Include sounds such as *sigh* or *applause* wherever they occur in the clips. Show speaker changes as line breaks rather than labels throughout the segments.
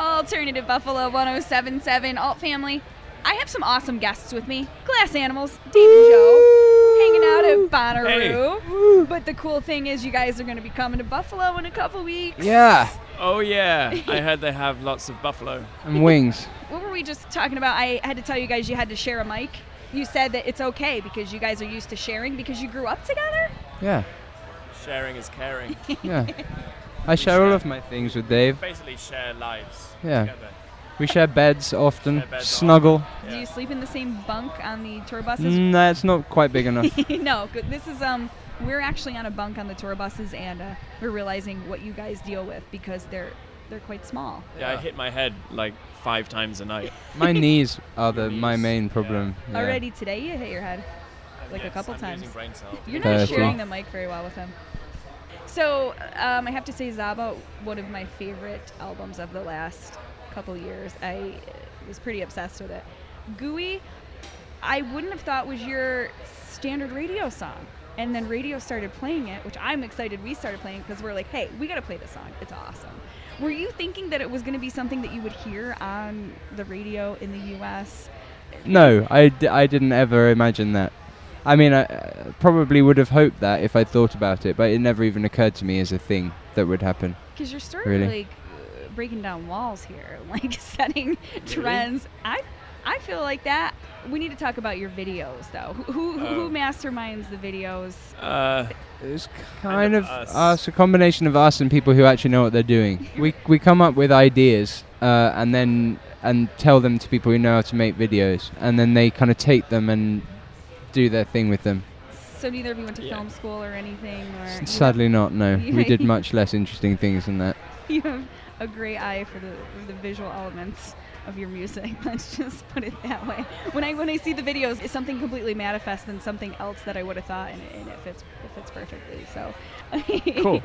Alternative Buffalo 1077 Alt Family. I have some awesome guests with me. Glass Animals, Dave and Joe, hanging out at Bonnaroo. But the cool thing is, you guys are going to be coming to Buffalo in a couple weeks.
Yeah,
Oh yeah, I heard they have lots of buffalo.
and wings.
What were we just talking about? I had to tell you guys you had to share a mic. You said that it's okay because you guys are used to sharing because you grew up together.
Yeah,
Sharing
*laughs*
is caring.
yeah. *laughs* I share all of my things with Dave.
Basically, share lives
Yeah.
together.
We share beds often,
Share beds
snuggle.
Do you sleep in the same bunk on the tour buses?
Nah, it's not quite
*laughs*
big enough.
*laughs* no, good. this is um we're actually on a bunk on the tour buses and uh, we're realizing what you guys deal with because they're they're quite small.
Yeah, I hit my head like five times a night.
my knees are the my
knees,
main
yeah.
problem. Yeah.
Already today you hit your head. *laughs* Like a couple
I'm
times.
Using brain cells.
You're not
Perfect.
sharing the mic very well with him. So um, I have to say, Zaba, one of my favorite albums of the last couple years. I uh, was pretty obsessed with it. Gooey, I wouldn't have thought was your standard radio song. And then radio started playing it, which I'm excited we started playing because we're like, hey, we got to play this song. It's awesome. Were you thinking that it was going to be something that you would hear on the radio in the US?
No, I, d- I didn't ever imagine that. I mean, I uh, probably would have hoped that if I thought about it, but it never even occurred to me as a thing that would happen.
Because you're sort of
Really?
like uh, breaking down walls here, *laughs* like setting trends. I I feel like that. We need to talk about your videos, though. Who who, who
Oh.
masterminds the videos?
Uh,
It's kind of
us.
us. a combination of us and people who actually know what they're doing. We we come up with ideas uh, and then and tell them to people who know how to make videos, and then they kind of take them and do their thing with them.
So neither of you went to
Yeah.
film school or anything, or you
S-
have-
Sadly, not. No, we did
Yeah.
much less interesting things than that.
*laughs* you have a great eye for the for the visual elements of your music. *laughs* Let's just put it that way. When I when I see the videos, it's something completely manifests than something else that I would have thought, and, and it fits it fits perfectly. So *laughs*
Cool.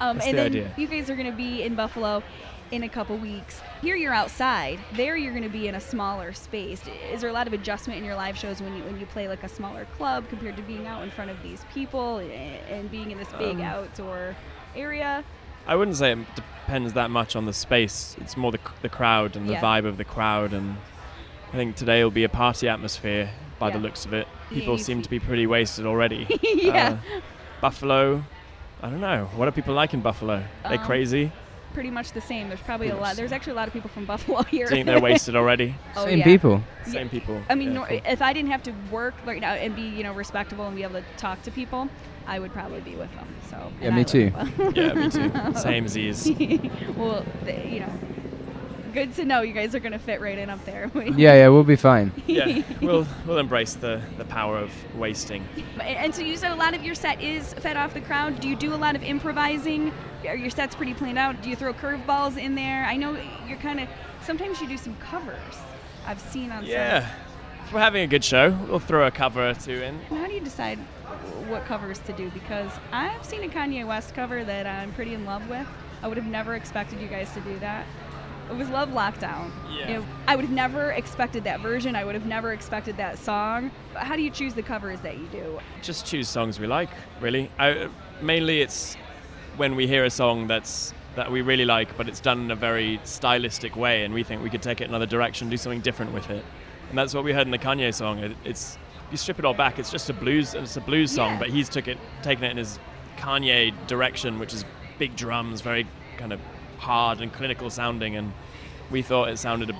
um,
That's
and
the
then
idea.
you guys are going to be in Buffalo in a couple weeks. Here you're outside. There you're going to be in a smaller space. Is there a lot of adjustment in your live shows when you when you play like a smaller club compared to being out in front of these people and, and being in this big
Um,
outdoor area? *laughs*
I wouldn't say it depends that much on the space. It's more the c- the crowd and the
Yeah.
vibe of the crowd, and I think today will be a party atmosphere by the
Yeah.
looks of it.
Yeah,
People
you
seem
fe-
to be pretty wasted already.
*laughs* yeah.
Uh, Buffalo. I don't know. What are people like in Buffalo? They
Um, *laughs*
crazy?
pretty much the same. There's probably a lot. There's actually a lot of people from *laughs* Buffalo here.
Do you think they're
*laughs*
wasted already?
Oh,
Same
yeah.
people.
Yeah.
Same people.
I mean,
Yeah,
nor-
cool.
if I didn't have to work right now and be, you know, respectable and be able to talk to people, I would probably be with them. So and
Yeah,
I
me
live
too.
well. *laughs*
yeah, me too. Same Z's.
well, th- you know, good to know you guys are gonna fit right in up there. *laughs*
Yeah, yeah, we'll be fine.
*laughs* yeah, we'll we'll embrace the the power of wasting.
And- And so you said a lot of your set is fed off the crowd. Do you do a lot of improvising? Are your sets pretty planned out? Do you throw curveballs in there? I know you're kind of. Sometimes you do some covers. I've seen on some-
Yeah, if we're having a good show, we'll throw a cover or two in.
And How do you decide what covers to do? Because I've seen a Kanye West cover that I'm pretty in love with. I would have never expected you guys to do that. It was Love Lockdown.
Yeah.
You know, I would have never expected that version. I would have never expected that song. But How do you choose the covers that you do?
Just choose songs we like, really. I, mainly, it's when we hear a song that's that we really like, but it's done in a very stylistic way, and we think we could take it another direction, do something different with it. And that's what we heard in the Kanye song. It, it's you strip it all back, it's just a blues, it's a blues song,
Yeah.
but he's took it, taken it in his Kanye direction, which is big drums, very kind of hard and clinical sounding, and we thought it sounded a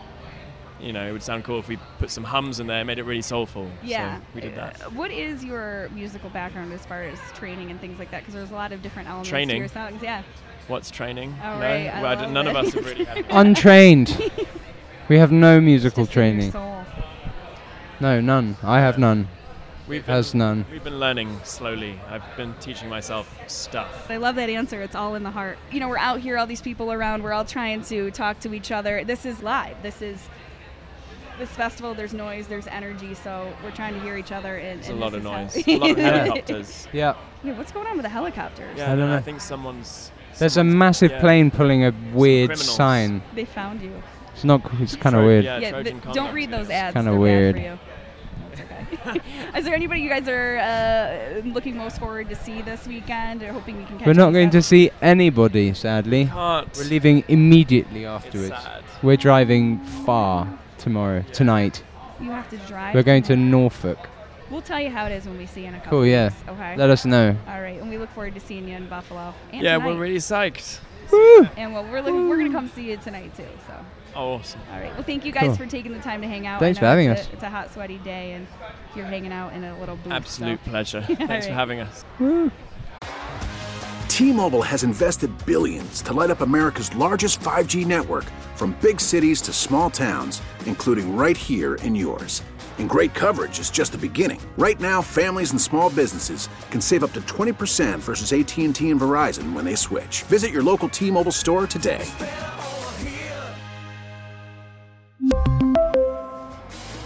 you know, it would sound cool if we put some hums in there, made it really soulful.
Yeah. Uh,
So we did that.
What is your musical background as far as training and things like that? Because there's a lot of different elements to
Training?
your songs. Yeah.
What's training?
All
no?
right, I
well, d-
love
none of
it.
us have
*laughs*
really had
Untrained. we have no musical
Just in your
training.
soul.
No, none. I have none.
We've been,
Has none.
We've been learning slowly. I've been teaching myself stuff.
I love that answer. It's all in the heart. You know, we're out here, all these people around, we're all trying to talk to each other. This is live. This is this festival, there's noise, there's energy, so we're trying to hear each other and,
There's a
and
lot
this
of
*laughs* is
noise.
how-
A lot of helicopters.
Yeah.
yeah, what's going on with the helicopters?
Yeah,
I don't
no, I
know.
think someone's.
There's a
someone's-
massive
yeah.
plane pulling a weird
criminals.
sign.
They found you.
It's not. It's kind of
Tro-
weird.
yeah. A
yeah,
Trojan
th-
combat
don't read those
is
ads.
kinda
They're bad
weird.
For you. That's okay. *laughs* is there anybody you guys are uh, looking most forward to see this weekend or hoping you can catch?
We're not
these
going
up?
to see anybody, sadly.
Can't.
We're leaving immediately afterwards.
sad.
We're driving far tomorrow, tonight.
You have to drive.
We're going to
tomorrow.
Norfolk.
We'll tell you how it is when we see you in a couple.
Cool, yeah.
Weeks. Okay.
Let us know.
All right, and we look forward to seeing you in Buffalo. And
yeah,
tonight.
we're really psyched.
And well, we're looking, we're gonna come see you tonight too. So,
Oh, awesome.
all right. Well, thank you guys
Cool.
for taking the time to hang out. I
Thanks
know
for having
it's a-
us.
it's a hot, sweaty day, and you're hanging out in a little booth. so- *laughs*
Absolute pleasure. Thanks
right.
for having us.
T-Mobile has invested billions to light up America's largest 5G network from big cities to small towns, including right here in yours. And great coverage is just the beginning. Right now, families and small businesses can save up to 20% versus AT&T and Verizon when they switch. Visit your local T-Mobile store today.